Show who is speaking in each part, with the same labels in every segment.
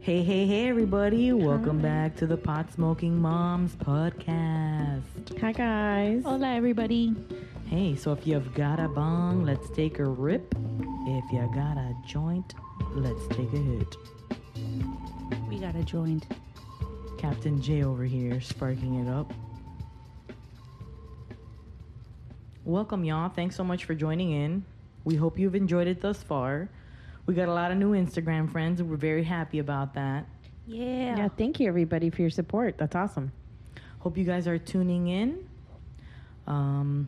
Speaker 1: Hey, hey, hey, everybody. Welcome back to the Pot Smoking Moms podcast.
Speaker 2: Hi guys.
Speaker 3: Hola, everybody.
Speaker 1: Hey, so if you've got a bong, let's take a rip. If you got a joint, let's take a hit.
Speaker 3: We got a joint.
Speaker 1: Captain J over here, sparking it up. Welcome, y'all. Thanks so much for joining in. We hope you've enjoyed it thus far. We got a lot of new Instagram friends, and we're very happy about that.
Speaker 3: Yeah.
Speaker 2: Yeah, thank you everybody for your support. That's awesome.
Speaker 1: Hope you guys are tuning in. Um,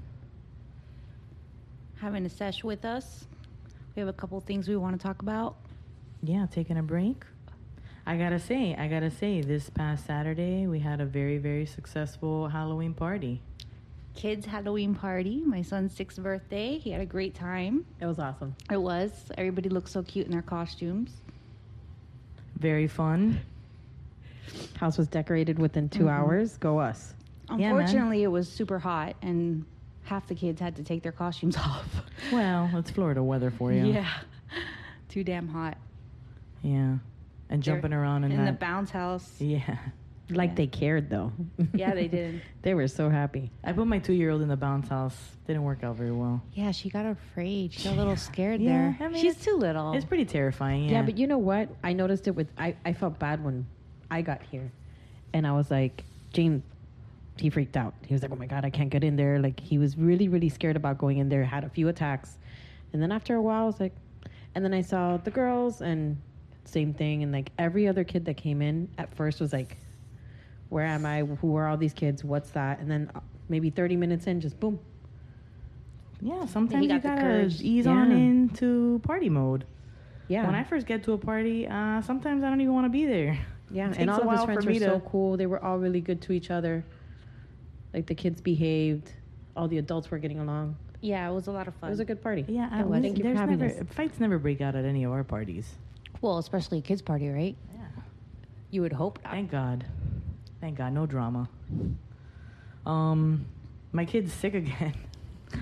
Speaker 3: Having a sesh with us. We have a couple things we want to talk about.
Speaker 1: yeah, taking a break. I gotta say, I gotta say, this past Saturday we had a very, very successful Halloween party.
Speaker 3: Kids' Halloween party, my son's sixth birthday. He had a great time.
Speaker 2: It was awesome.
Speaker 3: It was. Everybody looked so cute in their costumes.
Speaker 1: Very fun.
Speaker 2: House was decorated within 2
Speaker 3: Mm-hmm.
Speaker 2: hours. Go us.
Speaker 1: man.
Speaker 3: Unfortunately, it was super hot, and half the kids had to take their costumes off.
Speaker 1: Well, it's Florida weather for you.
Speaker 3: yeah. Too damn hot.
Speaker 1: Yeah. And jumping
Speaker 3: They're
Speaker 1: around in,
Speaker 3: the
Speaker 1: that.
Speaker 3: bounce house.
Speaker 1: yeah.
Speaker 2: Like
Speaker 3: Yeah.
Speaker 2: they cared though.
Speaker 3: Yeah, they did.
Speaker 2: They were so happy.
Speaker 1: I put my two-year-old in the bounce house. Didn't work out very well.
Speaker 3: Yeah, she got afraid. She got a little scared
Speaker 1: Yeah, I
Speaker 3: there.
Speaker 1: mean,
Speaker 3: She's
Speaker 1: it's-
Speaker 3: too little.
Speaker 1: It's pretty terrifying.
Speaker 2: Yeah.
Speaker 1: Yeah.
Speaker 2: but you know what? I noticed it with I, I felt bad when I got here. And I was like, James he freaked out. He was like, "Oh my god, I can't get in there." Like he was really really scared about going in there. Had a few attacks. And then after a while, I was like and then I saw the girls and same thing and like every other kid that came in at first was like, "Where am I? Who are all these kids? What's that?" And then uh, maybe 30 minutes in just boom.
Speaker 1: yeah. Sometimes
Speaker 3: got
Speaker 1: you
Speaker 3: the
Speaker 1: gotta
Speaker 3: courage.
Speaker 1: ease on
Speaker 2: Yeah.
Speaker 1: into party mode.
Speaker 2: Yeah.
Speaker 1: When I first get to a party, uh, sometimes I don't even want to be there. It
Speaker 2: Yeah,
Speaker 1: takes
Speaker 2: and all
Speaker 1: a
Speaker 2: of
Speaker 1: while
Speaker 2: his
Speaker 1: for
Speaker 2: friends
Speaker 1: me
Speaker 2: were
Speaker 1: to-
Speaker 2: so cool. They were all really good to each other. Like the kids behaved, all the adults were getting along.
Speaker 3: yeah, it was a lot of fun.
Speaker 2: It was a good party.
Speaker 1: Yeah, I
Speaker 2: Oh,
Speaker 1: was,
Speaker 2: thank you for
Speaker 1: there's
Speaker 2: having
Speaker 1: never
Speaker 2: us.
Speaker 1: fights never break out at any of our parties.
Speaker 3: Well, especially a kids' party, right?
Speaker 1: Yeah.
Speaker 3: You would hope not.
Speaker 1: Thank God. Thank God, no drama. Um, my kid's sick again.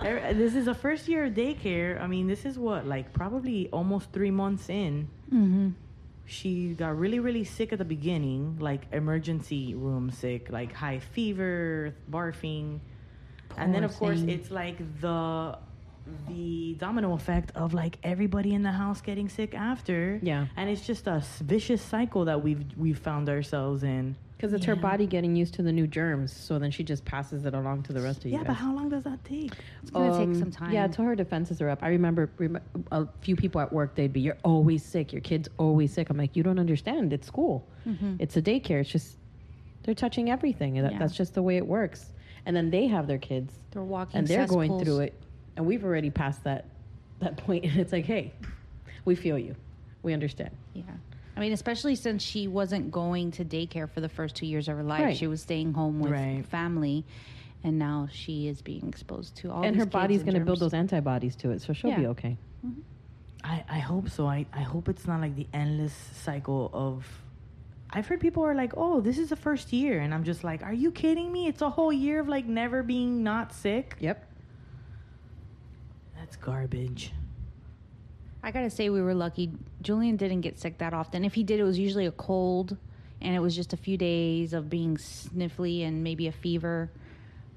Speaker 1: Every- this is the first year of daycare. I mean, this is what like probably almost three months in.
Speaker 3: Mm-hmm.
Speaker 1: She got really, really sick at the beginning, like emergency room sick, like high fever, barfing. and then
Speaker 3: Poor
Speaker 1: of course
Speaker 3: thing.
Speaker 1: it's like the the domino effect of like everybody in the house getting sick after
Speaker 2: Yeah.
Speaker 1: and it's just a s- vicious cycle that we've we've found ourselves in
Speaker 2: Because it's her
Speaker 3: Yeah.
Speaker 2: body getting used to the new germs. So then she just passes it along to the rest of you.
Speaker 1: yeah but
Speaker 2: guys.
Speaker 1: how long does that take
Speaker 3: It's gonna
Speaker 2: Um,
Speaker 3: take some time.
Speaker 2: Yeah, until her defenses are up. I remember rem- a few people at work, they'd be, You're always sick. Your kid's always sick. I'm like, You don't understand. It's school,
Speaker 3: Mhm.
Speaker 2: it's a daycare. It's just, they're touching everything. and That,
Speaker 3: Yeah.
Speaker 2: That's just the way it works. And then they have their kids.
Speaker 3: they're walking
Speaker 2: and they're going
Speaker 3: cesspools.
Speaker 2: through it and we've already passed that that point and it's like hey we feel you we understand
Speaker 3: Yeah, I mean, especially since she wasn't going to daycare for the first two years of her life,
Speaker 2: Right.
Speaker 3: she was staying home with
Speaker 1: Right.
Speaker 3: family, and now she is being exposed to all.
Speaker 2: and
Speaker 3: these
Speaker 2: her
Speaker 3: kids
Speaker 2: body's
Speaker 3: and
Speaker 2: going to build
Speaker 3: germs. Mm-hmm.
Speaker 2: those antibodies to it so she'll be
Speaker 3: Yeah.
Speaker 2: okay
Speaker 1: i i hope so i i hope it's not like the endless cycle of I've heard people are like, "Oh, this is the first year," and I'm just like, "Are you kidding me? It's a whole year of like never being not sick.
Speaker 2: yep
Speaker 1: That's garbage."
Speaker 3: I gotta say, we were lucky. Julian didn't get sick that often. If he did, it was usually a cold, and it was just a few days of being sniffly and maybe a fever,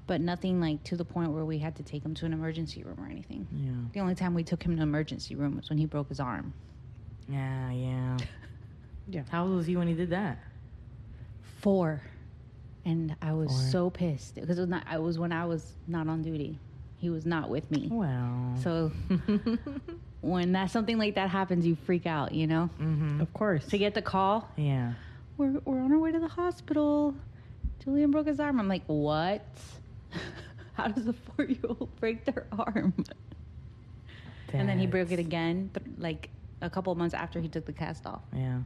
Speaker 3: but nothing like to the point where we had to take him to an emergency room or anything.
Speaker 1: Yeah,
Speaker 3: The only time we took him to emergency room was when he broke his arm.
Speaker 1: yeah, yeah.
Speaker 2: Yeah.
Speaker 1: How old was he when he did that?
Speaker 3: Four, and I was
Speaker 1: Four.
Speaker 3: so pissed because it was not. I was when I was not on duty. He was not with me.
Speaker 1: Well.
Speaker 3: So
Speaker 1: Mm-hmm.
Speaker 3: when that something like that happens, you freak out. You know.
Speaker 1: hmm
Speaker 2: Um, of course
Speaker 3: To get the call,
Speaker 1: Yeah.
Speaker 3: we're, we're on our way to the hospital. Julian broke his arm. I'm like, what? How does a four year old break their arm? And then he broke it
Speaker 1: That's-
Speaker 3: again, th- like a couple months after he took the cast off.
Speaker 1: Yeah.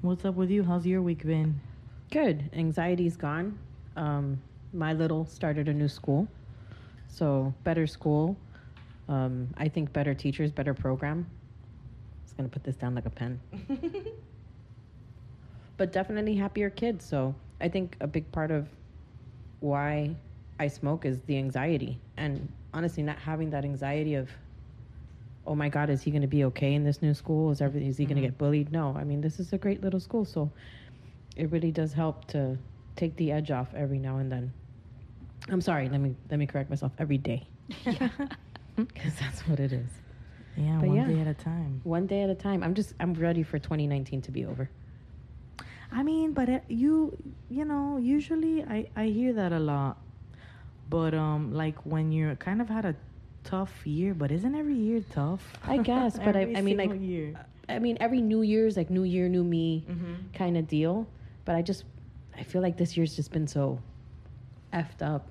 Speaker 1: What's up with you? How's your week been?
Speaker 2: good anxiety's gone um, my little started a new school so better school um, i think better teachers better program i was going to put this down like a pen but definitely happier kids. So I think a big part of why I smoke is the anxiety, and honestly, not having that anxiety of oh my God, is he going to be okay in this new school? Is everything? Is he going to get bullied? No, I mean this is a great little school, so it really does help to take the edge off every now and then. I'm sorry, let me let me correct myself. Every day, because that's what it is.
Speaker 1: Yeah,
Speaker 2: But
Speaker 1: one
Speaker 2: yeah.
Speaker 1: day at a time.
Speaker 2: One day at a time. I'm just I'm ready for 2019 to be over.
Speaker 1: I mean, but it, you you know, usually I I hear that a lot. But um like when you're kind of had a tough year, but isn't every year tough?
Speaker 2: I guess, but I-
Speaker 1: Every
Speaker 2: I mean, like,
Speaker 1: single year.
Speaker 2: I mean, every New Year's like New Year, New Me
Speaker 1: Mhm.
Speaker 2: kind of deal. But I just I feel like this year's just been so effed up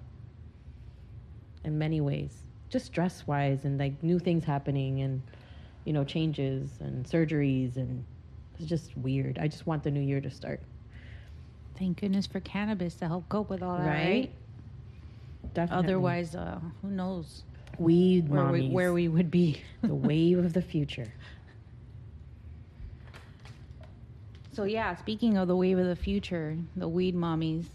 Speaker 2: in many ways, just stress wise, and like new things happening, and you know changes and surgeries, and it's just weird. I just want the new year to start.
Speaker 3: Thank goodness for cannabis to help cope with all that, right?
Speaker 2: Right? Definitely.
Speaker 3: Otherwise, uh, who knows
Speaker 2: weed
Speaker 3: where we,
Speaker 2: mommies.
Speaker 3: where we would be.
Speaker 2: the wave of the future.
Speaker 3: So yeah, speaking of the wave of the future, the weed mommies,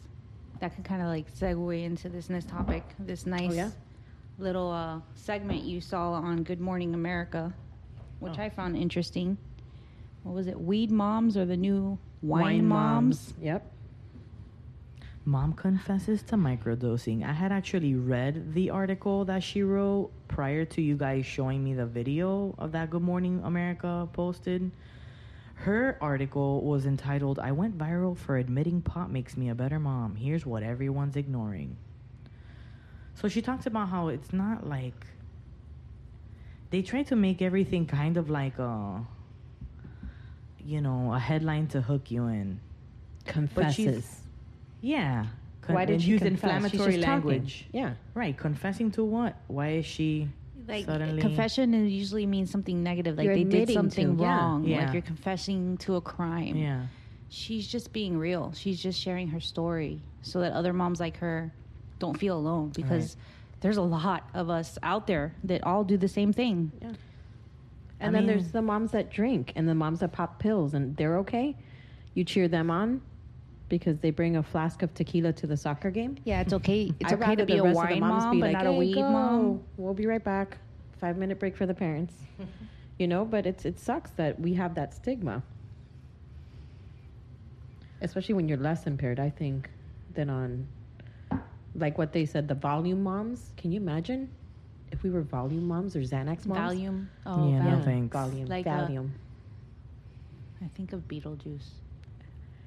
Speaker 3: that could kind of like segue into this next topic, this nice
Speaker 2: yeah?
Speaker 3: little uh, segment you saw on Good Morning America, which
Speaker 1: Oh.
Speaker 3: I found interesting. What was it, weed moms or the new wine,
Speaker 1: Wine
Speaker 3: moms?
Speaker 2: Yep.
Speaker 1: Mom confesses to microdosing. I had actually read the article that she wrote prior to you guys showing me the video of that Good Morning America posted. Her article was entitled, I Went Viral for Admitting Pot Makes Me a Better Mom. Here's What Everyone's Ignoring. So she talks about how it's not like. They try to make everything kind of like a. You know, a headline to hook you in.
Speaker 2: Confesses.
Speaker 1: Yeah. Con-
Speaker 2: Why did
Speaker 1: and
Speaker 2: she
Speaker 1: use
Speaker 2: confess? She's
Speaker 1: inflammatory
Speaker 2: just talking.
Speaker 1: language?
Speaker 2: Yeah.
Speaker 1: Right. Confessing to what? Why is she
Speaker 3: Like
Speaker 1: suddenly
Speaker 3: confession is usually means something negative, like
Speaker 2: You're
Speaker 3: they did
Speaker 2: admitting
Speaker 3: something
Speaker 2: to, yeah.
Speaker 3: wrong,
Speaker 1: Yeah.
Speaker 3: like you're confessing to a crime.
Speaker 1: Yeah.
Speaker 3: She's just being real. She's just sharing her story so that other moms like her don't feel alone because there's a lot of us out there that all do the same thing.
Speaker 2: Yeah.
Speaker 1: I
Speaker 2: And then
Speaker 1: mean-
Speaker 2: there's the moms that drink and the moms that pop pills and they're okay. You cheer them on because they bring a flask of tequila to the soccer game.
Speaker 3: Yeah, it's okay. It's
Speaker 2: I'd
Speaker 3: okay
Speaker 2: rather
Speaker 3: to
Speaker 2: the
Speaker 3: be a
Speaker 2: rest of the
Speaker 3: wine
Speaker 2: moms
Speaker 3: mom,
Speaker 2: be
Speaker 3: but
Speaker 2: like,
Speaker 3: not a
Speaker 2: "Hey,
Speaker 3: weed
Speaker 2: go.
Speaker 3: mom.
Speaker 2: We'll be right back. Five minute break for the parents. you know, but it's it sucks that we have that stigma. Especially when you're less impaired, I think, than on like what they said, the volume moms. Can you imagine if we were volume moms or Xanax moms?
Speaker 3: Volume. Oh,
Speaker 1: Yeah, no
Speaker 3: Valium.
Speaker 1: thanks.
Speaker 2: Volume.
Speaker 3: Like, uh,
Speaker 2: Valium.
Speaker 3: I think of Beetlejuice.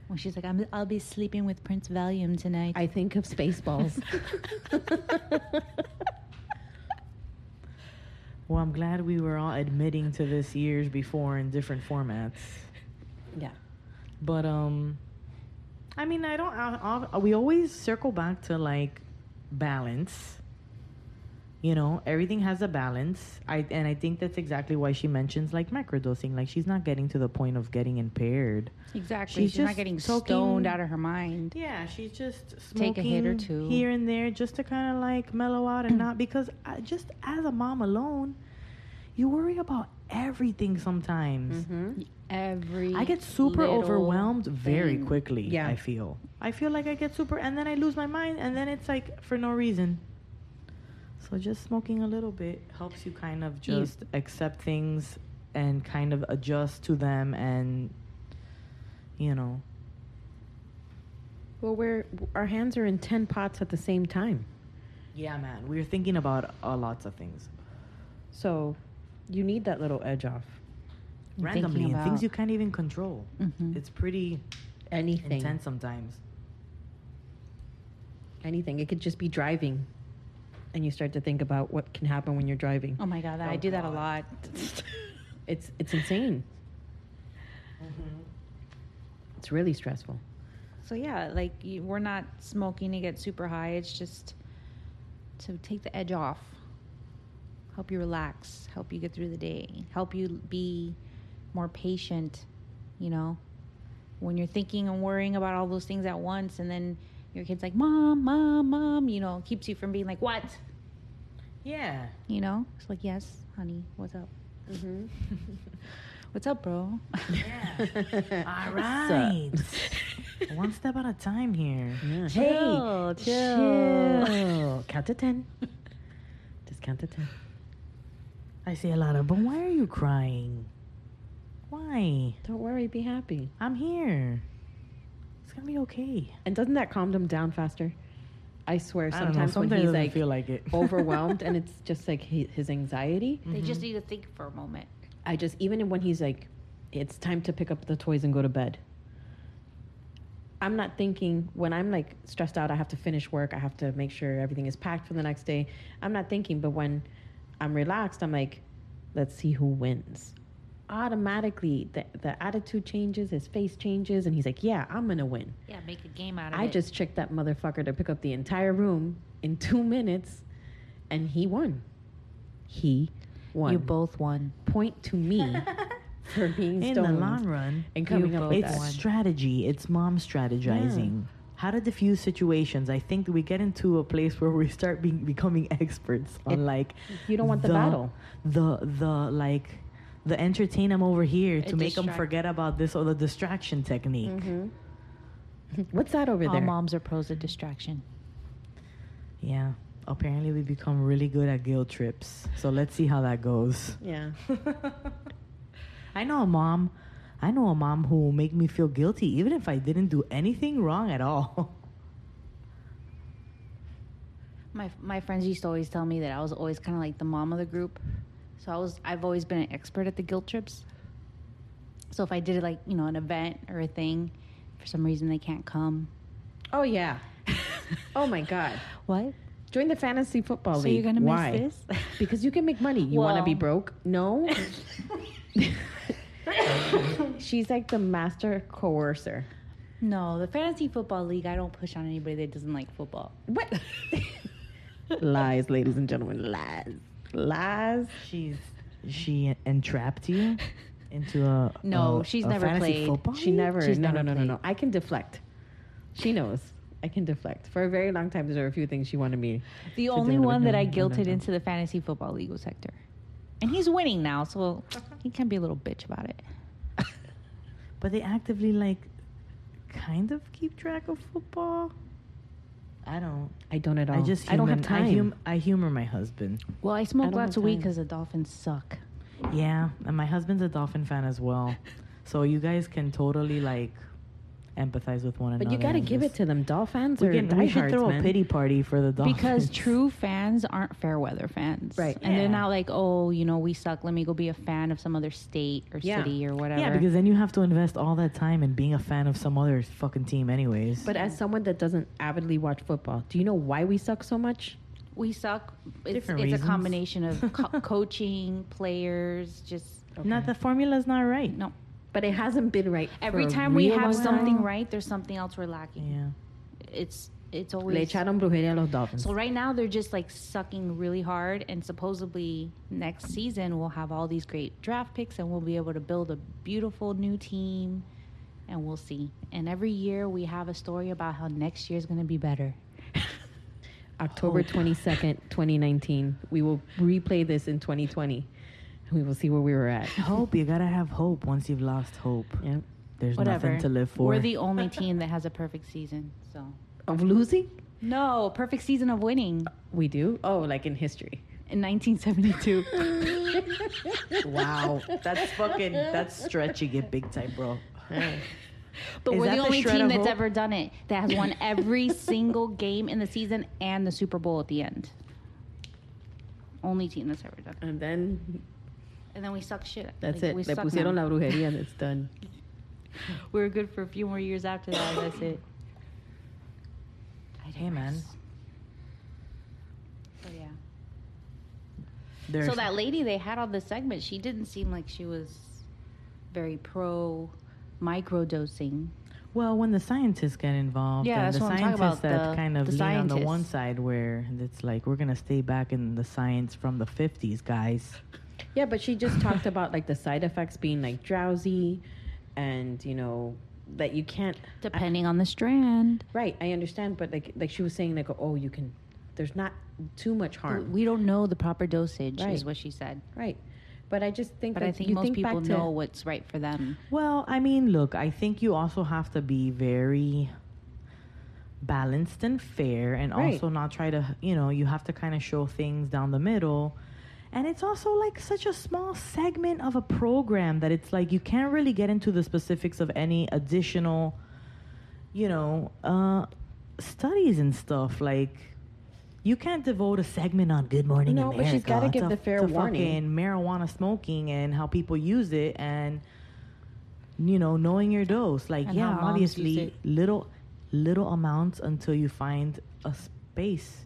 Speaker 3: When she's like, I'm, I'll be sleeping with Prince Valium tonight.
Speaker 2: I think of Spaceballs.
Speaker 1: Well, I'm glad we were all admitting to this years before in different formats.
Speaker 2: yeah.
Speaker 1: But um I mean, I don't I, I, we always circle back to like balance. You know, everything has a balance. I and I think that's exactly why she mentions like microdosing. Like she's not getting to the point of getting impaired.
Speaker 3: exactly.
Speaker 1: She's
Speaker 3: She's,
Speaker 1: just
Speaker 3: not getting
Speaker 1: soaking-
Speaker 3: stoned out of her mind.
Speaker 1: Yeah, she's just smoking
Speaker 3: Take a hit or two.
Speaker 1: here and there just to kind of like mellow out and not because I, just as a mom alone, you worry about everything sometimes.
Speaker 2: Mm-hmm.
Speaker 3: Every.
Speaker 1: I get super
Speaker 3: little
Speaker 1: overwhelmed very
Speaker 3: thing.
Speaker 1: quickly.
Speaker 2: Yeah.
Speaker 1: I feel. I feel like I get super, and then I lose my mind, and then it's like for no reason. So just smoking a little bit helps you kind of
Speaker 3: You-
Speaker 1: just accept things and kind of adjust to them, and you know,
Speaker 2: Well, we're our hands are in ten pots at the same time,
Speaker 1: yeah, man. We were thinking about uh, lots of things.
Speaker 2: so you need that little edge off.
Speaker 3: I'm thinking
Speaker 1: randomly and things
Speaker 3: about-
Speaker 1: you can't even control.
Speaker 3: Mhm.
Speaker 1: It's pretty
Speaker 2: Mm-hmm. Anything,
Speaker 1: intense sometimes.
Speaker 2: anything. It could just be driving, and you start to think about what can happen when you're driving.
Speaker 3: Oh my God, that, I
Speaker 1: Oh,
Speaker 3: do that a
Speaker 1: God.
Speaker 3: lot.
Speaker 2: It's it's insane.
Speaker 3: Mm-hmm.
Speaker 2: It's really stressful.
Speaker 3: So yeah, like you, we're not smoking to get super high. It's just to take the edge off, help you relax, help you get through the day, help you be more patient. You know, when you're thinking and worrying about all those things at once, and then your kid's like, "Mom, mom, mom," you know, keeps you from being like, "What?"
Speaker 1: Yeah.
Speaker 3: You know, it's like, "Yes, honey, what's up?
Speaker 2: Mm-hmm.
Speaker 3: What's up, bro?"
Speaker 1: Yeah. All right. One step at a time here.
Speaker 2: Yeah.
Speaker 3: Chill,
Speaker 2: hey,
Speaker 3: chill.
Speaker 2: chill. count to ten. Just count to ten.
Speaker 1: I say a lot of, but why are you crying? Why?
Speaker 2: Don't worry, be happy.
Speaker 1: I'm here. It's gonna be okay.
Speaker 2: And doesn't that calm them down faster? I swear,
Speaker 1: I don't know.
Speaker 2: sometimes when
Speaker 1: sometimes it
Speaker 2: he's
Speaker 1: doesn't
Speaker 2: like
Speaker 1: feel like it. Mm-hmm.
Speaker 2: overwhelmed and it's just like hi- his anxiety,
Speaker 3: They just need to think for a moment.
Speaker 2: I just even when he's like, it's time to pick up the toys and go to bed. I'm not thinking when I'm like stressed out. I have to finish work. I have to make sure everything is packed for the next day. I'm not thinking, but when I'm relaxed, I'm like, let's see who wins. Automatically, the the attitude changes. His face changes, and he's like, yeah, I'm gonna win.
Speaker 3: Yeah, make a game out of
Speaker 2: I
Speaker 3: it.
Speaker 2: just tricked that motherfucker to pick up the entire room in two minutes, and he won. He won.
Speaker 3: you both won.
Speaker 2: point to me for being
Speaker 1: in
Speaker 2: stoned
Speaker 1: the long run,
Speaker 2: and coming
Speaker 3: you
Speaker 2: up with
Speaker 3: both
Speaker 1: it's
Speaker 2: that.
Speaker 3: won.
Speaker 1: strategy. It's mom strategizing. How to diffuse situations. I think that we get into a place where we start being, becoming experts on
Speaker 2: It-
Speaker 1: like
Speaker 2: You don't want the, battle.
Speaker 1: the the like the entertain them over here to
Speaker 3: It
Speaker 1: make them
Speaker 3: distract-
Speaker 1: forget about this or the distraction technique.
Speaker 2: Mm-hmm. What's that over
Speaker 3: All
Speaker 2: there?
Speaker 3: moms are pros at distraction.
Speaker 1: Yeah. Apparently, we become really good at guilt trips. So let's see how that goes.
Speaker 2: Yeah.
Speaker 1: I know a mom. I know a mom who will make me feel guilty even if I didn't do anything wrong at all.
Speaker 3: My my friends used to always tell me that I was always kind of like the mom of the group, so I was I've always been an expert at the guilt trips. So if I did like you know an event or a thing, for some reason they can't come.
Speaker 2: Oh yeah. Oh my god.
Speaker 3: What?
Speaker 2: Join the fantasy football
Speaker 3: So
Speaker 2: league.
Speaker 3: you're gonna miss
Speaker 2: Why?
Speaker 3: this?
Speaker 2: Because you can make money. You want to
Speaker 3: Well-
Speaker 2: be broke? No. She's like the master coercer.
Speaker 3: No, the fantasy football league. I don't push on anybody that doesn't like football.
Speaker 2: What? lies, ladies and gentlemen, lies, lies.
Speaker 1: She's she entrapped you into a
Speaker 3: No,
Speaker 1: a-
Speaker 3: she's
Speaker 1: a
Speaker 3: never
Speaker 1: fantasy
Speaker 3: played.
Speaker 1: Football
Speaker 2: She
Speaker 1: league?
Speaker 2: never.
Speaker 3: She's
Speaker 2: no,
Speaker 3: never
Speaker 2: no, no, no,
Speaker 3: played.
Speaker 2: no. I can deflect. She knows. I can deflect. For a very long time, there were a few things she wanted me.
Speaker 3: The
Speaker 2: to
Speaker 3: only
Speaker 2: do, and
Speaker 3: one that I
Speaker 2: no, no,
Speaker 3: guilted
Speaker 2: no.
Speaker 3: into the fantasy football league was Hector, and he's winning now, so he can be a little bitch about it.
Speaker 1: But they actively like kind of keep track of football. I don't.
Speaker 2: I don't at all.
Speaker 1: I just.
Speaker 2: I don't have
Speaker 1: human-
Speaker 2: time.
Speaker 1: I, hum- I humor my husband.
Speaker 3: Well, I
Speaker 2: I
Speaker 3: smoke
Speaker 2: don't
Speaker 3: lots
Speaker 2: have
Speaker 3: of weed
Speaker 2: time.
Speaker 3: because the Dolphins suck.
Speaker 1: Yeah, and my husband's a dolphin fan as
Speaker 2: Oh,
Speaker 1: well, so you guys can totally like empathize with one another.
Speaker 2: but you gotta
Speaker 1: and
Speaker 2: give it
Speaker 1: just-
Speaker 2: to them. Doll fans
Speaker 1: We,
Speaker 2: are
Speaker 1: can, we should
Speaker 2: diehards,
Speaker 1: throw
Speaker 2: man.
Speaker 1: a pity party for the dolphins
Speaker 3: Because true fans aren't fair weather fans.
Speaker 2: Right.
Speaker 3: And
Speaker 1: Yeah.
Speaker 3: they're not like, oh, you know, we suck. Let me go be a fan of some other state or
Speaker 2: Yeah.
Speaker 3: city or whatever.
Speaker 1: Yeah, because then you have to invest all that time in being a fan of some other fucking team, anyways.
Speaker 2: But as someone that doesn't avidly watch football, do you know why we suck so much?
Speaker 3: we suck. It's,
Speaker 1: Different
Speaker 3: it's a
Speaker 1: reasons.
Speaker 3: combination of co- coaching, players, just
Speaker 1: not the formula's not right.
Speaker 3: no.
Speaker 2: But it hasn't been right.
Speaker 3: Every
Speaker 2: for a
Speaker 3: time we
Speaker 2: real
Speaker 3: have
Speaker 2: long
Speaker 3: something
Speaker 2: time.
Speaker 3: right, there's something else we're lacking.
Speaker 1: Yeah.
Speaker 3: It's it's
Speaker 2: Le
Speaker 3: always
Speaker 2: echaron brujería a los Dolphins.
Speaker 3: so right now they're just like sucking really hard and supposedly next season we'll have all these great draft picks and we'll be able to build a beautiful new team and we'll see. And every year we have a story about how next year's going to be better.
Speaker 2: October twenty second, twenty nineteen. We will replay this in twenty twenty, and we will see where we were at.
Speaker 1: Hope you gotta have hope. Once you've lost hope,
Speaker 2: Yeah.
Speaker 1: there's
Speaker 3: Whatever.
Speaker 1: nothing to live for.
Speaker 3: We're the only team that has a perfect season. So
Speaker 2: Of losing.
Speaker 3: no, perfect season of winning
Speaker 2: We do? Oh, like in history.
Speaker 3: in 1972.
Speaker 1: wow, that's fucking that's stretching it big time, bro.
Speaker 3: But
Speaker 1: Is
Speaker 3: we're
Speaker 1: that
Speaker 3: the
Speaker 1: the
Speaker 3: only
Speaker 1: shred
Speaker 3: team
Speaker 1: of
Speaker 3: that's
Speaker 1: hope?
Speaker 3: ever done it that has won every single game in the season and the Super Bowl at the end. Only team that's ever done it.
Speaker 2: And then
Speaker 3: And then we suck shit.
Speaker 2: that's
Speaker 3: Like,
Speaker 2: it.
Speaker 3: We
Speaker 2: Le
Speaker 3: suck
Speaker 2: pusieron
Speaker 3: now.
Speaker 2: la brujería and it's done.
Speaker 3: We were good for a few more years after that. and That's it. I
Speaker 1: Hey, man.
Speaker 3: digress. So yeah.
Speaker 1: There's,
Speaker 3: so that lady they had on the segment, she didn't seem like she was very pro microdosing.
Speaker 1: well, when the scientists get involved,
Speaker 3: Yeah,
Speaker 1: and
Speaker 3: that's
Speaker 1: the
Speaker 3: what I'm talking
Speaker 1: scientists
Speaker 3: about,
Speaker 1: that
Speaker 3: the-
Speaker 1: kind of
Speaker 3: the
Speaker 1: lean on the one
Speaker 3: scientists.
Speaker 1: side where it's like we're gonna stay back in the science from the '50s, guys.
Speaker 2: Yeah, but she just talked about like the side effects being like drowsy and you know that you can't
Speaker 3: Depending on the strand,
Speaker 2: right, I understand, but like like she was saying like oh you can there's not too much harm.
Speaker 3: we don't know the proper dosage,
Speaker 2: Right.
Speaker 3: is what she said.
Speaker 2: right. But I just think
Speaker 3: But
Speaker 2: that
Speaker 3: I think
Speaker 2: you
Speaker 3: most
Speaker 2: think
Speaker 3: people
Speaker 2: back
Speaker 3: know
Speaker 2: to,
Speaker 3: what's right for them.
Speaker 1: Well, I mean, look, I think you also have to be very balanced and fair and
Speaker 2: Right.
Speaker 1: also not try to, you know, you have to kind of show things down the middle And it's also like such a small segment of a program that it's like you can't really get into the specifics of any additional, you know, uh, studies and stuff. Like, you can't devote a segment on Good Morning
Speaker 2: No,
Speaker 1: America.
Speaker 2: but she's gotta give
Speaker 1: to-
Speaker 2: the fair
Speaker 1: to
Speaker 2: warning.
Speaker 1: fucking marijuana smoking and how people use it and you know knowing your dose. Like,
Speaker 3: And
Speaker 1: yeah,
Speaker 3: how moms use
Speaker 1: obviously
Speaker 3: it.
Speaker 1: little little amounts until you find a space.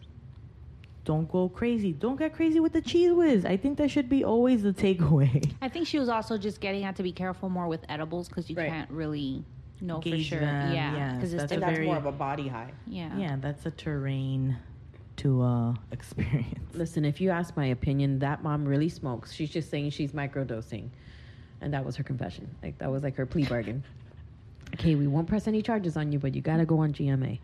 Speaker 1: Don't go crazy. Don't get crazy with the cheese whiz. I think that should be always the takeaway.
Speaker 3: I think she was also just getting out to be careful more with edibles because you
Speaker 2: Right.
Speaker 3: can't really know for
Speaker 1: Gauge
Speaker 3: sure.
Speaker 1: them,
Speaker 3: yeah,
Speaker 1: yes,
Speaker 3: because it's
Speaker 1: that's
Speaker 2: and
Speaker 1: a
Speaker 3: different.
Speaker 2: that's
Speaker 1: very-
Speaker 2: more of a body high.
Speaker 3: Yeah.
Speaker 1: Yeah, that's a terrain to uh experience.
Speaker 2: Listen, if you ask my opinion, that mom really smokes. She's just saying she's microdosing. And that was her confession. Like that was like her plea bargain. okay, we won't press any charges on you, but you gotta go on GMA.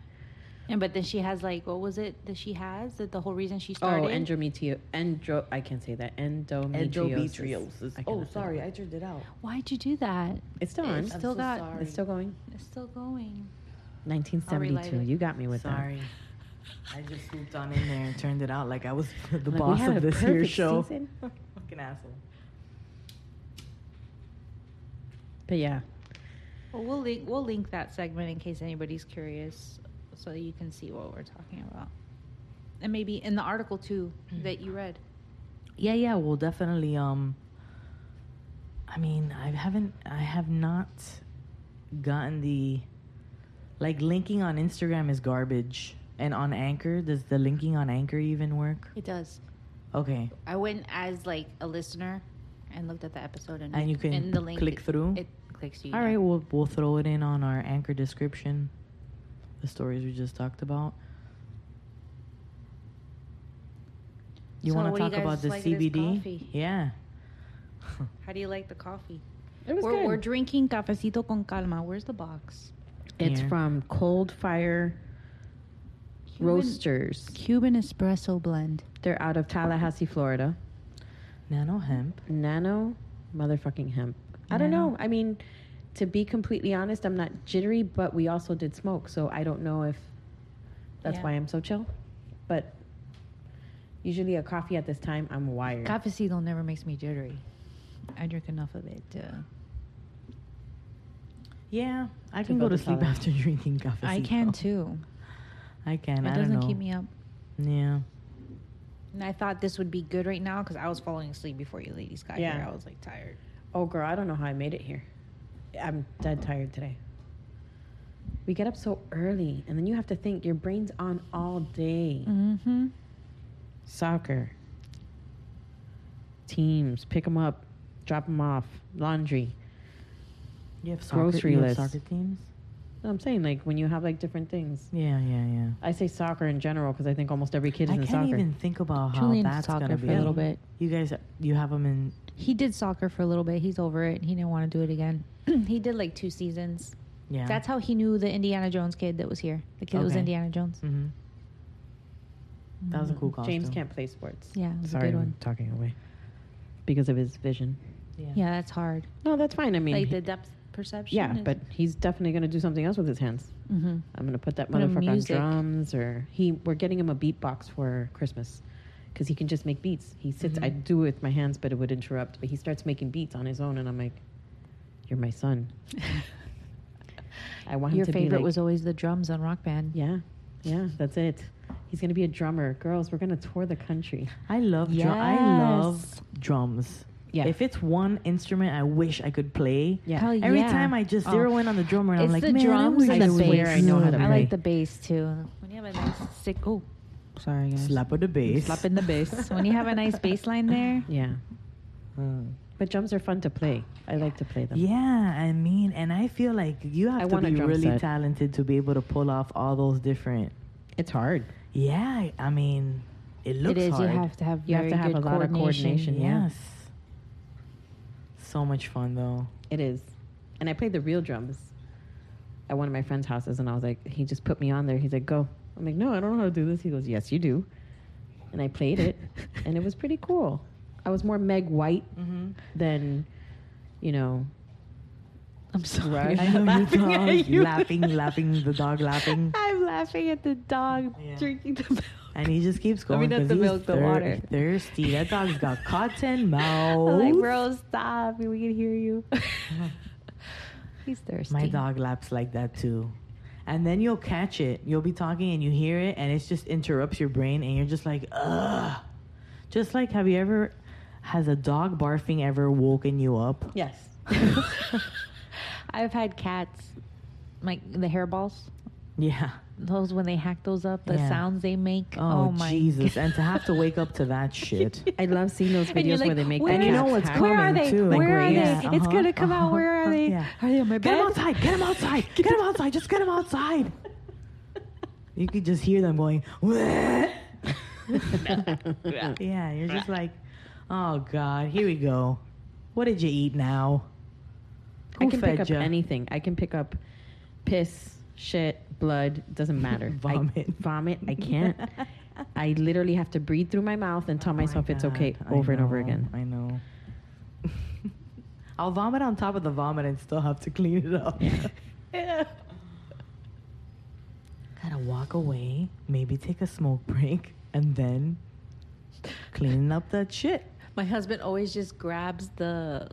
Speaker 3: And but then she has like what was it that she has that the whole reason she started
Speaker 2: Oh, endometrio, endro. I can't say that. Endometriosis. I cannot
Speaker 1: Oh,
Speaker 2: say
Speaker 1: sorry,
Speaker 2: that.
Speaker 1: I turned it out.
Speaker 3: Why'd you do that?
Speaker 2: It's still on.
Speaker 3: It's still
Speaker 1: so
Speaker 3: got
Speaker 1: sorry.
Speaker 2: It's still going.
Speaker 3: it's still going. I'll relight
Speaker 2: 1972.
Speaker 3: it.
Speaker 2: You got me with
Speaker 1: Sorry. I just swooped on in there and turned it out like I was
Speaker 2: that.
Speaker 1: the
Speaker 2: Like, we
Speaker 1: boss
Speaker 2: had a
Speaker 1: of this here
Speaker 2: perfect
Speaker 1: show.
Speaker 2: season.
Speaker 1: Fucking asshole.
Speaker 2: But yeah,
Speaker 3: Well, we'll link we'll link that segment in case anybody's curious, so that you can see what we're talking about, and maybe in the article too that you read.
Speaker 1: Yeah, yeah, well definitely um I mean, I haven't I have not gotten the like linking on Instagram is garbage. And on Anchor, does the linking on Anchor even work?
Speaker 3: It does.
Speaker 1: Okay.
Speaker 3: I went as like a listener and looked at the episode, and,
Speaker 1: And you can
Speaker 3: and the link,
Speaker 1: click through?
Speaker 3: It clicks you.
Speaker 1: All right, we'll we'll throw it in on our anchor description. The stories we just talked about. You
Speaker 3: So
Speaker 1: want
Speaker 3: what
Speaker 1: to
Speaker 3: do you
Speaker 1: talk about
Speaker 3: guys
Speaker 1: the
Speaker 3: like this
Speaker 1: CBD?
Speaker 3: coffee?
Speaker 1: yeah.
Speaker 3: How do you like the coffee?
Speaker 2: it was
Speaker 3: we're,
Speaker 2: good.
Speaker 3: we're drinking cafecito con calma. Where's the box?
Speaker 2: it's
Speaker 1: Yeah.
Speaker 2: from Cold Fire
Speaker 3: Cuban-
Speaker 2: Roasters.
Speaker 3: Cuban espresso blend.
Speaker 2: They're out of Tallahassee, Florida.
Speaker 1: Nano hemp.
Speaker 2: Nano motherfucking hemp. I don't
Speaker 1: Nano.
Speaker 2: know. I mean, to be completely honest, I'm not jittery, but we also did smoke, so I don't know if that's
Speaker 3: Yeah.
Speaker 2: why I'm so chill. But usually a coffee at this time, I'm wired.
Speaker 3: Cafecito never makes me jittery. I drink enough of it. Uh,
Speaker 1: Yeah, I
Speaker 2: To
Speaker 1: can go
Speaker 2: build
Speaker 1: to
Speaker 2: a
Speaker 1: sleep
Speaker 2: tolerance.
Speaker 1: after drinking coffee.
Speaker 3: I can too.
Speaker 1: I can.
Speaker 3: it
Speaker 1: I don't
Speaker 3: doesn't
Speaker 1: know.
Speaker 3: keep me up.
Speaker 1: Yeah.
Speaker 3: And I thought this would be good right now because I was falling asleep before you ladies got
Speaker 2: Yeah.
Speaker 3: here. I was like tired.
Speaker 2: Oh, girl, I don't know how I made it here. I'm dead tired today. We get up so early, and then you have to think your brain's on all day.
Speaker 3: Mm-hmm.
Speaker 2: Soccer, teams, pick them up, drop them off, laundry.
Speaker 1: You have soccer,
Speaker 2: Grocery
Speaker 1: you have
Speaker 2: list.
Speaker 1: soccer teams?
Speaker 2: No, I'm saying like when you have like different things.
Speaker 1: Yeah, yeah, yeah.
Speaker 2: I say soccer in general because I think almost every kid is
Speaker 1: I
Speaker 2: in
Speaker 1: can't
Speaker 2: soccer.
Speaker 1: even think about how that's gonna be.
Speaker 3: for a little bit.
Speaker 1: You guys, you have them in.
Speaker 3: He did soccer for a little bit. He's over it. He didn't want to do it again. he did like two seasons.
Speaker 1: Yeah.
Speaker 3: That's how he knew the Indiana Jones kid that was here. The kid that was
Speaker 1: Okay.
Speaker 3: Indiana Jones. Mm-hmm.
Speaker 1: hmm
Speaker 2: Mm,
Speaker 1: That was a cool costume.
Speaker 2: James can't play sports.
Speaker 3: Yeah, it was
Speaker 2: Sorry,
Speaker 3: a good
Speaker 2: I'm
Speaker 3: one.
Speaker 2: talking away because of his vision.
Speaker 3: Yeah, that's hard.
Speaker 2: No, that's fine. I mean,
Speaker 3: like
Speaker 2: he-
Speaker 3: the depth perception.
Speaker 2: yeah, but he's definitely gonna do something else with his hands.
Speaker 3: hmm
Speaker 2: I'm gonna put that
Speaker 3: Put him
Speaker 2: motherfucker on
Speaker 3: music.
Speaker 2: drums, or he. We're getting him a beatbox for Christmas, because he can just make beats. He sits. I do it with my hands, but it would interrupt. But he starts making beats on his own, and I'm like, "You're my son." I want him
Speaker 3: Your
Speaker 2: to be
Speaker 3: favorite
Speaker 2: like-
Speaker 3: was always the drums on Rock Band.
Speaker 2: Yeah, yeah, that's it. He's gonna be a drummer. Girls, we're gonna tour the country.
Speaker 1: I love drum. I
Speaker 3: Yes.
Speaker 1: love drums.
Speaker 2: Yeah.
Speaker 1: If it's one instrument I wish I could play,
Speaker 2: Yeah.
Speaker 3: Hell
Speaker 1: every
Speaker 3: yeah.
Speaker 1: time I just
Speaker 3: Oh.
Speaker 1: zero in on the drummer and
Speaker 3: it's
Speaker 1: I'm like,
Speaker 3: the
Speaker 1: man, I
Speaker 3: drums and
Speaker 1: wish
Speaker 3: the
Speaker 1: I
Speaker 2: I
Speaker 3: bass.
Speaker 2: swear I know how to
Speaker 3: I
Speaker 2: play.
Speaker 3: like the bass too. When you have a nice sick, oh, sorry guys,
Speaker 1: Slap of the bass.
Speaker 3: slap in the bass. when you have a nice bass line there,
Speaker 2: Yeah,
Speaker 1: Mm.
Speaker 2: but drums are fun to play. I like to play them.
Speaker 1: Yeah, I mean, and I feel like you have
Speaker 2: I
Speaker 1: to
Speaker 2: want a
Speaker 1: be
Speaker 2: drum
Speaker 1: really
Speaker 2: set.
Speaker 1: talented to be able to pull off all those different.
Speaker 2: It's hard.
Speaker 1: Yeah, I- I mean, it
Speaker 3: it
Speaker 1: looks
Speaker 3: is.
Speaker 1: hard.
Speaker 3: You have to have
Speaker 2: You have
Speaker 3: very
Speaker 2: to have
Speaker 3: good
Speaker 2: a lot of coordination. yeah.
Speaker 1: Yes. So much fun though.
Speaker 2: It is. And I played the real drums at one of my friend's houses, and I was like, he just put me on there. He's like, go. I'm like, no, I don't know how to do this. He goes, yes, you do. And I played it, and it was pretty cool. I was more Meg White
Speaker 1: Mm-hmm.
Speaker 2: than, you know,
Speaker 3: I'm sorry.
Speaker 1: I know you
Speaker 2: Laughing
Speaker 1: dog
Speaker 2: at you.
Speaker 1: laughing, laughing, the dog laughing.
Speaker 2: I'm laughing at the dog
Speaker 1: Yeah.
Speaker 2: drinking the milk.
Speaker 1: And he just keeps
Speaker 3: I
Speaker 1: going.
Speaker 3: mean, not
Speaker 1: 'cause
Speaker 3: the
Speaker 1: he's
Speaker 3: milk, the water.
Speaker 1: Thirsty. That dog's got cotton
Speaker 3: I'm
Speaker 1: mouth.
Speaker 3: like, bro, stop. We can hear you. He's thirsty.
Speaker 1: My dog laps like that too. And then you'll catch it. You'll be talking and you hear it, and it just interrupts your brain, and you're just like, ugh. Just like, have you ever, has a dog barfing ever woken you up?
Speaker 2: Yes.
Speaker 3: I've had cats, like the hairballs.
Speaker 1: Yeah.
Speaker 3: Those when they hack those up, the
Speaker 1: Yeah.
Speaker 3: sounds they make.
Speaker 1: Oh,
Speaker 3: my
Speaker 1: Jesus.
Speaker 3: God.
Speaker 1: And to have to wake up to that shit.
Speaker 2: I love seeing those
Speaker 3: And you're
Speaker 2: videos where
Speaker 3: like,
Speaker 2: they make
Speaker 3: where-
Speaker 1: And
Speaker 2: the
Speaker 1: you
Speaker 2: cats
Speaker 1: know what's
Speaker 2: hack.
Speaker 1: coming
Speaker 3: Where are they?
Speaker 1: too.
Speaker 3: Where are they?
Speaker 2: Yeah,
Speaker 3: It's
Speaker 1: uh-huh,
Speaker 3: gonna come out.
Speaker 1: uh-huh,
Speaker 3: Where are they?
Speaker 1: yeah.
Speaker 3: Are they on my
Speaker 1: Get him
Speaker 3: bed?
Speaker 1: outside. Get him outside. Get him outside. Just get him outside. You could just hear them going, yeah, you're just like, oh God, here we go. What did you eat now?
Speaker 2: I
Speaker 1: Who
Speaker 2: can
Speaker 1: fed
Speaker 2: pick up
Speaker 1: ya?
Speaker 2: anything. I can pick up piss, shit, blood. Doesn't matter. I,
Speaker 1: Vomit.
Speaker 2: vomit. I can't. I literally have to breathe through my mouth and tell
Speaker 1: Oh my
Speaker 2: myself it's okay
Speaker 1: God, I
Speaker 2: over and over
Speaker 1: know,
Speaker 2: again.
Speaker 1: I know. I'll vomit on top of the vomit and still have to clean it up. Gotta walk away, maybe take a smoke break, and then cleaning up that shit.
Speaker 3: My husband always just grabs the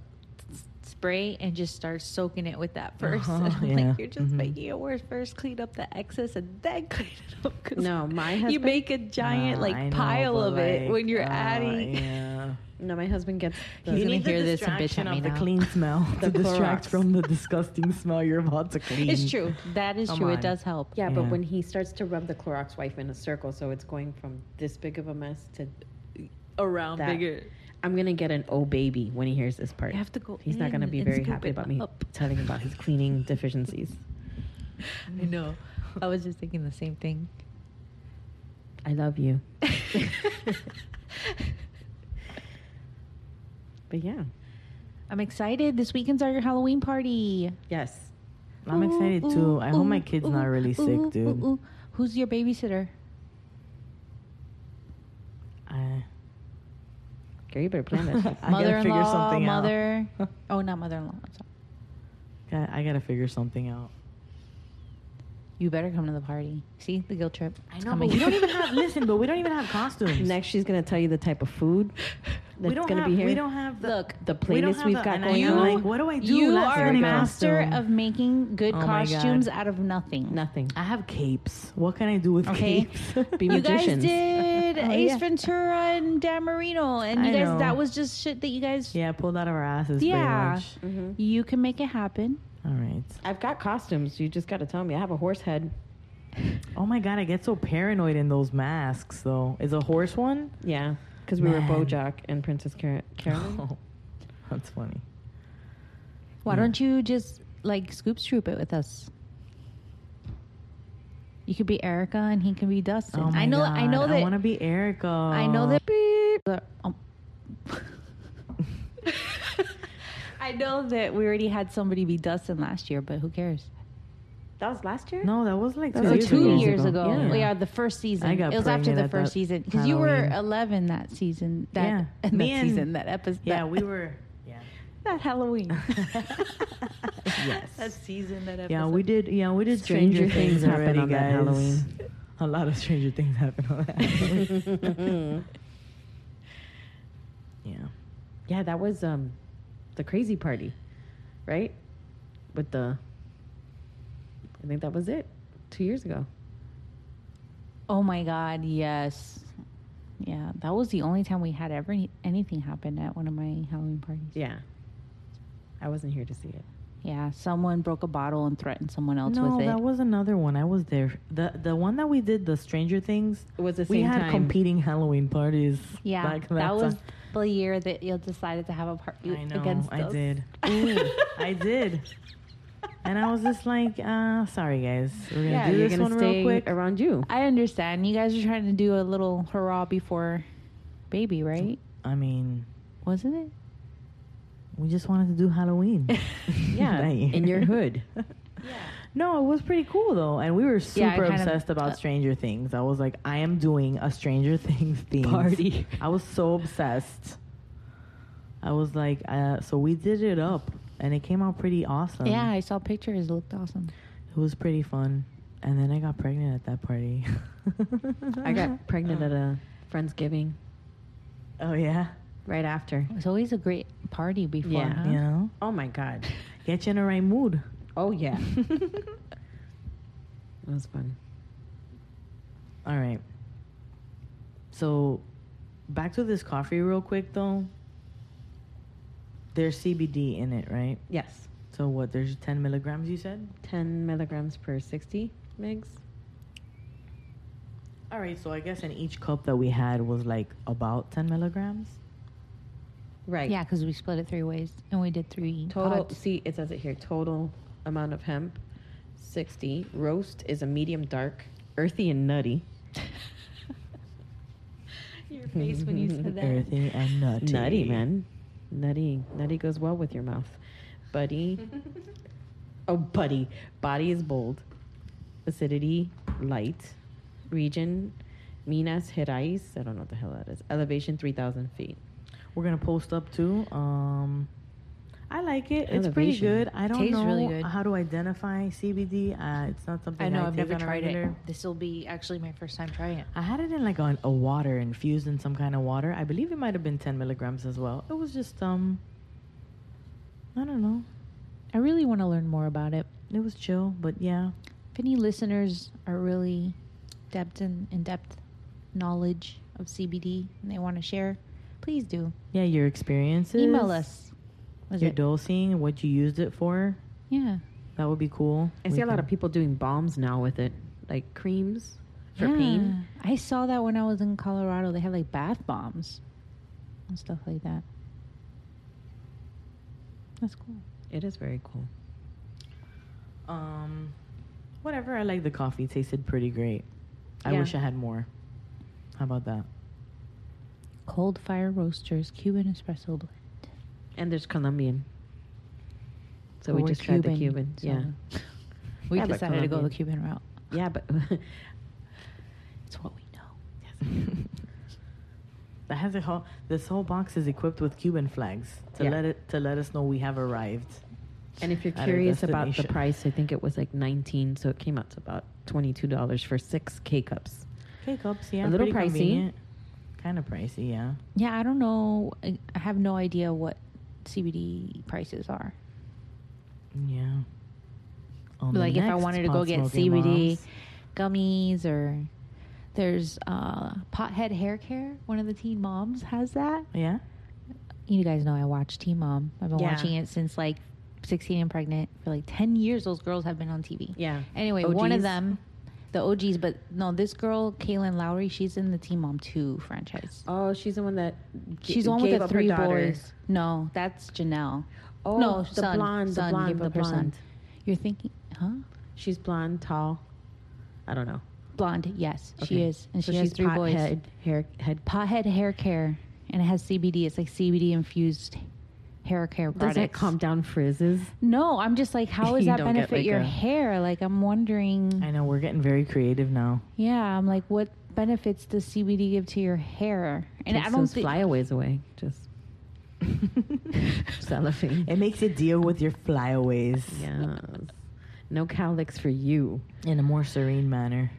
Speaker 3: s- spray and just starts soaking it with that 1st
Speaker 1: Uh-huh,
Speaker 3: And I'm
Speaker 1: yeah,
Speaker 3: like, you're just
Speaker 1: mhm.
Speaker 3: making it worse. First, clean up the excess and then clean it up. 'cause
Speaker 2: No, my
Speaker 3: you
Speaker 2: husband-
Speaker 3: make a giant
Speaker 1: Uh,
Speaker 3: like
Speaker 1: I know,
Speaker 3: pile
Speaker 1: but
Speaker 3: of it
Speaker 1: like,
Speaker 3: when you're
Speaker 1: uh,
Speaker 3: adding.
Speaker 1: Yeah.
Speaker 2: No, my husband gets.
Speaker 3: You
Speaker 2: He's
Speaker 3: need
Speaker 2: gonna
Speaker 3: the
Speaker 2: hear this and bitch
Speaker 1: distraction
Speaker 2: at me
Speaker 1: of the
Speaker 2: now.
Speaker 1: clean smell
Speaker 2: The
Speaker 1: to distract
Speaker 2: Clorox.
Speaker 1: from the disgusting smell you're about to clean.
Speaker 3: It's true. That is
Speaker 1: Come
Speaker 3: true.
Speaker 1: on.
Speaker 3: It does help.
Speaker 2: Yeah, but
Speaker 1: Yeah.
Speaker 2: when he starts to rub the Clorox wipe in a circle, so it's going from this big of a mess to
Speaker 3: Around
Speaker 2: that. I'm gonna get an oh baby when he hears this part.
Speaker 3: You have to go
Speaker 2: He's not
Speaker 3: in
Speaker 2: gonna be
Speaker 3: and
Speaker 2: very
Speaker 3: scoop
Speaker 2: happy
Speaker 3: it
Speaker 2: about me
Speaker 3: up.
Speaker 2: telling him about his cleaning deficiencies.
Speaker 3: I know. I
Speaker 2: Oh.
Speaker 3: was just thinking the same thing.
Speaker 2: I love you, but yeah,
Speaker 3: I'm excited. This weekend's our Halloween party.
Speaker 2: yes.
Speaker 1: I'm excited
Speaker 3: Ooh,
Speaker 1: too. I hope my
Speaker 3: ooh,
Speaker 1: kid's
Speaker 3: ooh,
Speaker 1: not really
Speaker 3: ooh,
Speaker 1: sick, dude.
Speaker 3: ooh, ooh. Who's your babysitter?
Speaker 1: I,
Speaker 2: Girl, you better plan that. shit.
Speaker 1: I gotta figure something out.
Speaker 3: mother. Oh, not mother-in-law. I'm sorry.
Speaker 1: Got- I gotta figure something out.
Speaker 3: You better come to the party. See the guilt trip. It's coming.
Speaker 1: we don't even have. Listen, but we don't even have costumes.
Speaker 2: Next, she's gonna tell you the type of food that's
Speaker 1: we don't
Speaker 2: gonna
Speaker 1: have.
Speaker 2: be here.
Speaker 1: We don't have the.
Speaker 3: Look,
Speaker 2: the
Speaker 1: we don't
Speaker 2: playlist
Speaker 1: have
Speaker 2: we've
Speaker 1: the-
Speaker 2: got
Speaker 1: and I-
Speaker 2: going
Speaker 1: I'm
Speaker 2: on.
Speaker 1: Like, what do I do?
Speaker 3: you
Speaker 1: last
Speaker 3: are a
Speaker 1: minute?
Speaker 3: master
Speaker 1: Costume.
Speaker 3: of making good
Speaker 1: Oh my God.
Speaker 3: costumes out of nothing.
Speaker 2: Nothing.
Speaker 1: I have capes. What can I do with
Speaker 3: Okay.
Speaker 1: capes?
Speaker 2: Be
Speaker 3: you
Speaker 2: magicians.
Speaker 3: guys did
Speaker 1: Oh,
Speaker 3: Ace
Speaker 1: yeah.
Speaker 3: Ventura and Dan Marino, and you
Speaker 1: I
Speaker 3: guys
Speaker 1: know.
Speaker 3: that was just shit that you guys.
Speaker 1: yeah, pulled out of our asses.
Speaker 3: Yeah.
Speaker 1: Pretty
Speaker 2: Mhm.
Speaker 3: You can make it happen.
Speaker 1: much. All right.
Speaker 2: I've got costumes. You just gotta tell me. I have a horse head.
Speaker 1: Oh my god, I get so paranoid in those masks though. Is a horse one?
Speaker 2: Yeah, because we
Speaker 1: Man.
Speaker 2: were BoJack and Princess Car- Carolyn.
Speaker 1: that's funny.
Speaker 3: Why don't you just like scoop troop it with us? You could be Erica and he can be Dustin.
Speaker 1: Oh my
Speaker 3: I know
Speaker 1: God.
Speaker 3: I know that
Speaker 1: I want to be Erica.
Speaker 3: I know that. But, um, I know that we already had somebody be Dustin last year, but who cares?
Speaker 2: That was last year.
Speaker 1: No, that was like
Speaker 2: That
Speaker 1: two
Speaker 2: was
Speaker 3: Or
Speaker 1: years
Speaker 3: two
Speaker 1: ago.
Speaker 3: years ago.
Speaker 1: Yeah.
Speaker 3: Yeah. the first season.
Speaker 1: I got
Speaker 3: it was after
Speaker 1: pregnant
Speaker 3: the
Speaker 1: at
Speaker 3: first
Speaker 1: that
Speaker 3: season because you were
Speaker 1: Halloween.
Speaker 3: 11 that season. That
Speaker 1: Yeah.
Speaker 3: and
Speaker 1: Me
Speaker 3: that
Speaker 1: and-
Speaker 3: season that episode.
Speaker 1: Yeah, we were. Yeah.
Speaker 3: that Halloween.
Speaker 1: Yes.
Speaker 3: That season. That episode.
Speaker 1: Yeah, we did. Yeah, we did.
Speaker 2: Stranger Things
Speaker 1: already,
Speaker 2: happened on that
Speaker 1: guys.
Speaker 2: Halloween.
Speaker 1: A lot of Stranger Things happened on that. Halloween. yeah.
Speaker 2: Yeah, that was um, the crazy party, right? With the, I think that was it, two years ago.
Speaker 3: Oh my God! Yes. Yeah, that was the only time we had ever anything happen at one of my Halloween parties.
Speaker 2: Yeah, I wasn't here to see it.
Speaker 3: Yeah, someone broke a bottle and threatened someone else
Speaker 1: no,
Speaker 3: with it.
Speaker 1: that was another one. I was there. the The one that we did, the Stranger Things.
Speaker 2: It was the
Speaker 1: we
Speaker 2: same
Speaker 1: had
Speaker 2: time.
Speaker 1: competing Halloween parties.
Speaker 3: yeah,
Speaker 1: back
Speaker 3: that, was
Speaker 1: time.
Speaker 3: the year that you decided to have a party
Speaker 1: I know.
Speaker 3: against
Speaker 1: I
Speaker 3: us.
Speaker 1: did. Ooh, I did. And I was just like, uh, sorry guys, we're gonna
Speaker 2: yeah,
Speaker 1: do
Speaker 2: you're
Speaker 1: this
Speaker 2: gonna
Speaker 1: one real
Speaker 2: stay
Speaker 1: quick.
Speaker 2: around you.
Speaker 3: I understand. You guys are trying to do a little hurrah before baby, right?
Speaker 1: I mean,
Speaker 3: Wasn't it?
Speaker 1: we just wanted to do Halloween.
Speaker 2: Yeah,
Speaker 1: That year.
Speaker 2: in your hood.
Speaker 1: No, it was pretty cool though, and we were
Speaker 3: Yeah, I
Speaker 1: super
Speaker 3: kind of-
Speaker 1: obsessed
Speaker 2: uh,
Speaker 1: about Stranger Things. I was like, I am doing a Stranger Things theme
Speaker 2: Party.
Speaker 1: I was so obsessed. I was like, uh, so we did it up, and it came out pretty awesome.
Speaker 3: yeah, I saw pictures. It looked awesome.
Speaker 1: it was pretty fun. And then I got pregnant at that party.
Speaker 2: I got pregnant at a Friendsgiving
Speaker 1: Oh yeah.
Speaker 2: right after.
Speaker 3: It's always a great party before.
Speaker 2: Yeah.
Speaker 3: huh?
Speaker 1: You know,
Speaker 2: Oh my god.
Speaker 1: get you in the right mood.
Speaker 2: Oh yeah. It was fun.
Speaker 1: All right. So, back to this coffee real quick though. There's CBD in it, right?
Speaker 2: Yes.
Speaker 1: So what? There's 10 milligrams. You said.
Speaker 2: 10 milligrams per 60 mgs.
Speaker 1: All right. So I guess in each cup that we had was like about 10 milligrams.
Speaker 2: Right.
Speaker 3: Yeah, because we split it three ways and we did three
Speaker 2: Total.
Speaker 3: pods.
Speaker 2: See, it says it here. Total amount of hemp, 60. Roast is a medium dark, earthy and nutty.
Speaker 3: Your face when you said that.
Speaker 1: Earthy and nutty.
Speaker 2: Nutty, man. Nutty. Nutty goes well with your mouth. Buddy. oh, buddy. Body is bold. Acidity, light. Region, Minas Gerais. I don't know what the hell that is. Elevation, 3,000 feet.
Speaker 1: We're gonna post up too. Um, I like it. It's pretty
Speaker 2: Elevation.
Speaker 1: good. I don't
Speaker 3: Tastes
Speaker 1: know
Speaker 3: really good.
Speaker 1: how to identify CBD. Uh, it's not something
Speaker 3: I know, I have
Speaker 1: take
Speaker 3: never
Speaker 1: on a
Speaker 3: tried
Speaker 1: regular.
Speaker 3: it. This will be actually my first time trying it.
Speaker 1: I had it in like a, a water infused in some kind of water. I believe it might have been 10 milligrams as well. It was just um, I don't know.
Speaker 3: I really want to learn more about it.
Speaker 1: It was chill, but yeah.
Speaker 3: If any listeners are really depth in, in depth knowledge of CBD and they want to share, please do.
Speaker 1: Yeah, your experiences.
Speaker 3: Email us. Was
Speaker 1: your
Speaker 3: it-
Speaker 1: dosing, what you used it for.
Speaker 3: Yeah.
Speaker 1: That would be cool. uh,
Speaker 2: I
Speaker 1: We
Speaker 2: see a lot of
Speaker 1: can-
Speaker 2: people doing bombs now with it, like creams for
Speaker 3: yeah.
Speaker 2: pain.
Speaker 3: I saw that when I was in Colorado. They had like bath bombs and stuff like that. That's cool.
Speaker 2: It is very cool.
Speaker 1: Um, whatever. I like the coffee. It tasted pretty great. I
Speaker 2: Yeah.
Speaker 1: wish I had more. How about that?
Speaker 3: Cold Fire Roasters Cuban Espresso Blend.
Speaker 2: And there's Colombian. So
Speaker 3: But
Speaker 2: we
Speaker 3: we're
Speaker 2: just tried the Cuban. Yeah.
Speaker 3: so We
Speaker 2: Yeah, but
Speaker 3: decided to go the
Speaker 2: Colombian.
Speaker 3: Cuban route.
Speaker 2: Yeah, but
Speaker 3: It's what we know.
Speaker 1: That has a whole. This whole box is equipped with Cuban flags to
Speaker 2: Yeah.
Speaker 1: let it to let us know we have arrived.
Speaker 2: and if you're
Speaker 1: At our
Speaker 2: curious about the
Speaker 1: destination.
Speaker 2: price, I think it was like 19, so it came out to about $22 for 6 K cups.
Speaker 1: K cups, yeah,
Speaker 2: A little
Speaker 1: pretty
Speaker 2: pricey.
Speaker 1: Kind of pricey, yeah.
Speaker 3: Yeah, I don't know. I I have no idea what CBD prices are.
Speaker 1: Yeah. On the
Speaker 3: like if I
Speaker 1: next
Speaker 3: wanted to go
Speaker 1: Pot
Speaker 3: get
Speaker 1: Smoking
Speaker 3: CBD
Speaker 1: Moms-
Speaker 3: gummies or there's uh, Pothead Hair Care. One of the teen moms has that.
Speaker 1: Yeah.
Speaker 3: You guys know I watch Teen Mom. I've been
Speaker 2: Yeah.
Speaker 3: watching it since like 16 and pregnant for like 10 years. Those girls have been on TV.
Speaker 2: Yeah.
Speaker 3: Anyway, one of
Speaker 2: OGs.
Speaker 3: them, the OGs, but no, this girl, Kaylin Lowry, she's in the Teen Mom 2 franchise.
Speaker 2: Oh, she's the one that g-
Speaker 3: She's the one with
Speaker 2: gave
Speaker 3: the
Speaker 2: up her
Speaker 3: three
Speaker 2: daughter.
Speaker 3: boys. No, that's Janelle.
Speaker 2: Oh,
Speaker 3: no,
Speaker 2: the
Speaker 3: son,
Speaker 2: blonde, the
Speaker 3: son,
Speaker 2: blonde,
Speaker 3: gave
Speaker 2: the
Speaker 3: up her son.
Speaker 2: blonde.
Speaker 3: You're thinking, huh?
Speaker 2: She's blonde, tall. I don't know.
Speaker 3: Blonde, yes, she
Speaker 2: Okay.
Speaker 3: is, and
Speaker 2: So
Speaker 3: she has
Speaker 2: she's
Speaker 3: three boys.
Speaker 2: pothead, hair head.
Speaker 3: Pothead hair care, and it has CBD. It's like CBD infused hair care products.
Speaker 2: Does that calm down frizzes?
Speaker 3: No, I'm just like, how does
Speaker 2: You
Speaker 3: that
Speaker 2: don't get,
Speaker 3: benefit
Speaker 2: like,
Speaker 3: your
Speaker 2: a-
Speaker 3: hair? Like, I'm wondering.
Speaker 1: I know we're getting very creative now.
Speaker 3: Yeah, I'm like, what benefits does CBD give to your hair? And
Speaker 2: Takes
Speaker 3: I don't
Speaker 2: those
Speaker 3: think.
Speaker 2: flyaways away. Just cellophane.
Speaker 1: It makes you deal with your flyaways
Speaker 2: yes. No cowlicks for you.
Speaker 1: in a more serene manner.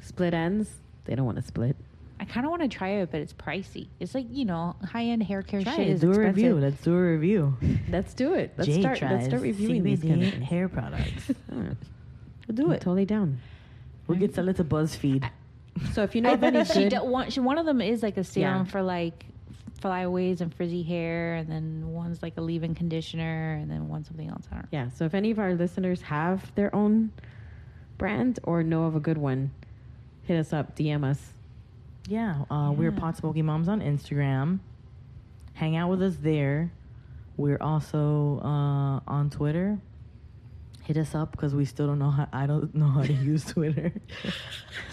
Speaker 2: Split ends. They don't want to split.
Speaker 3: I kind of want to try it, but it's pricey. It's like you know, high end hair care
Speaker 1: Try
Speaker 3: shit
Speaker 1: it.
Speaker 3: is
Speaker 1: Do a
Speaker 3: expensive.
Speaker 1: review. Let's do a review.
Speaker 2: Let's do it. Let's
Speaker 1: Jay
Speaker 2: start. Let's
Speaker 1: tries
Speaker 2: start reviewing
Speaker 1: CBD
Speaker 2: these kind of things.
Speaker 1: hair products.
Speaker 2: Huh.
Speaker 1: We'll do
Speaker 2: I'm
Speaker 1: it.
Speaker 2: totally down.
Speaker 1: We could sell it to BuzzFeed.
Speaker 2: So if you know
Speaker 3: I
Speaker 2: of any
Speaker 3: think she
Speaker 2: good,
Speaker 3: do, one, she, one of them is like a serum
Speaker 2: Yeah.
Speaker 3: for like flyaways and frizzy hair, and then one's like a leave-in conditioner, and then one's something else. I don't know.
Speaker 2: yeah. So if any of our listeners have their own brand or know of a good one, hit us up. DM us.
Speaker 1: Yeah, uh, we're
Speaker 3: Yeah.
Speaker 1: Pot Smoking Moms on Instagram. Hang out with us there. We're also uh, on Twitter. Hit us up because we still don't know how. I don't know how to use Twitter.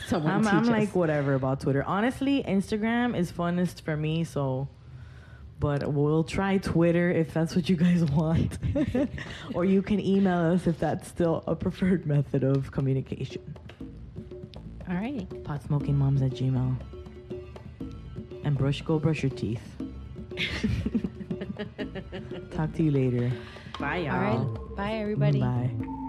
Speaker 2: Someone
Speaker 1: I'm,
Speaker 2: teach
Speaker 1: I'm
Speaker 2: us.
Speaker 1: like whatever about Twitter. Honestly, Instagram is funnest for me. So, but we'll try Twitter if that's what you guys want, or you can email us if that's still a preferred method of communication.
Speaker 3: All right.
Speaker 1: Potsmokingmoms at gmail. And brush, go brush your teeth. Talk to you later.
Speaker 2: Bye,
Speaker 3: All
Speaker 2: y'all.
Speaker 3: right. Bye, everybody.
Speaker 1: Bye.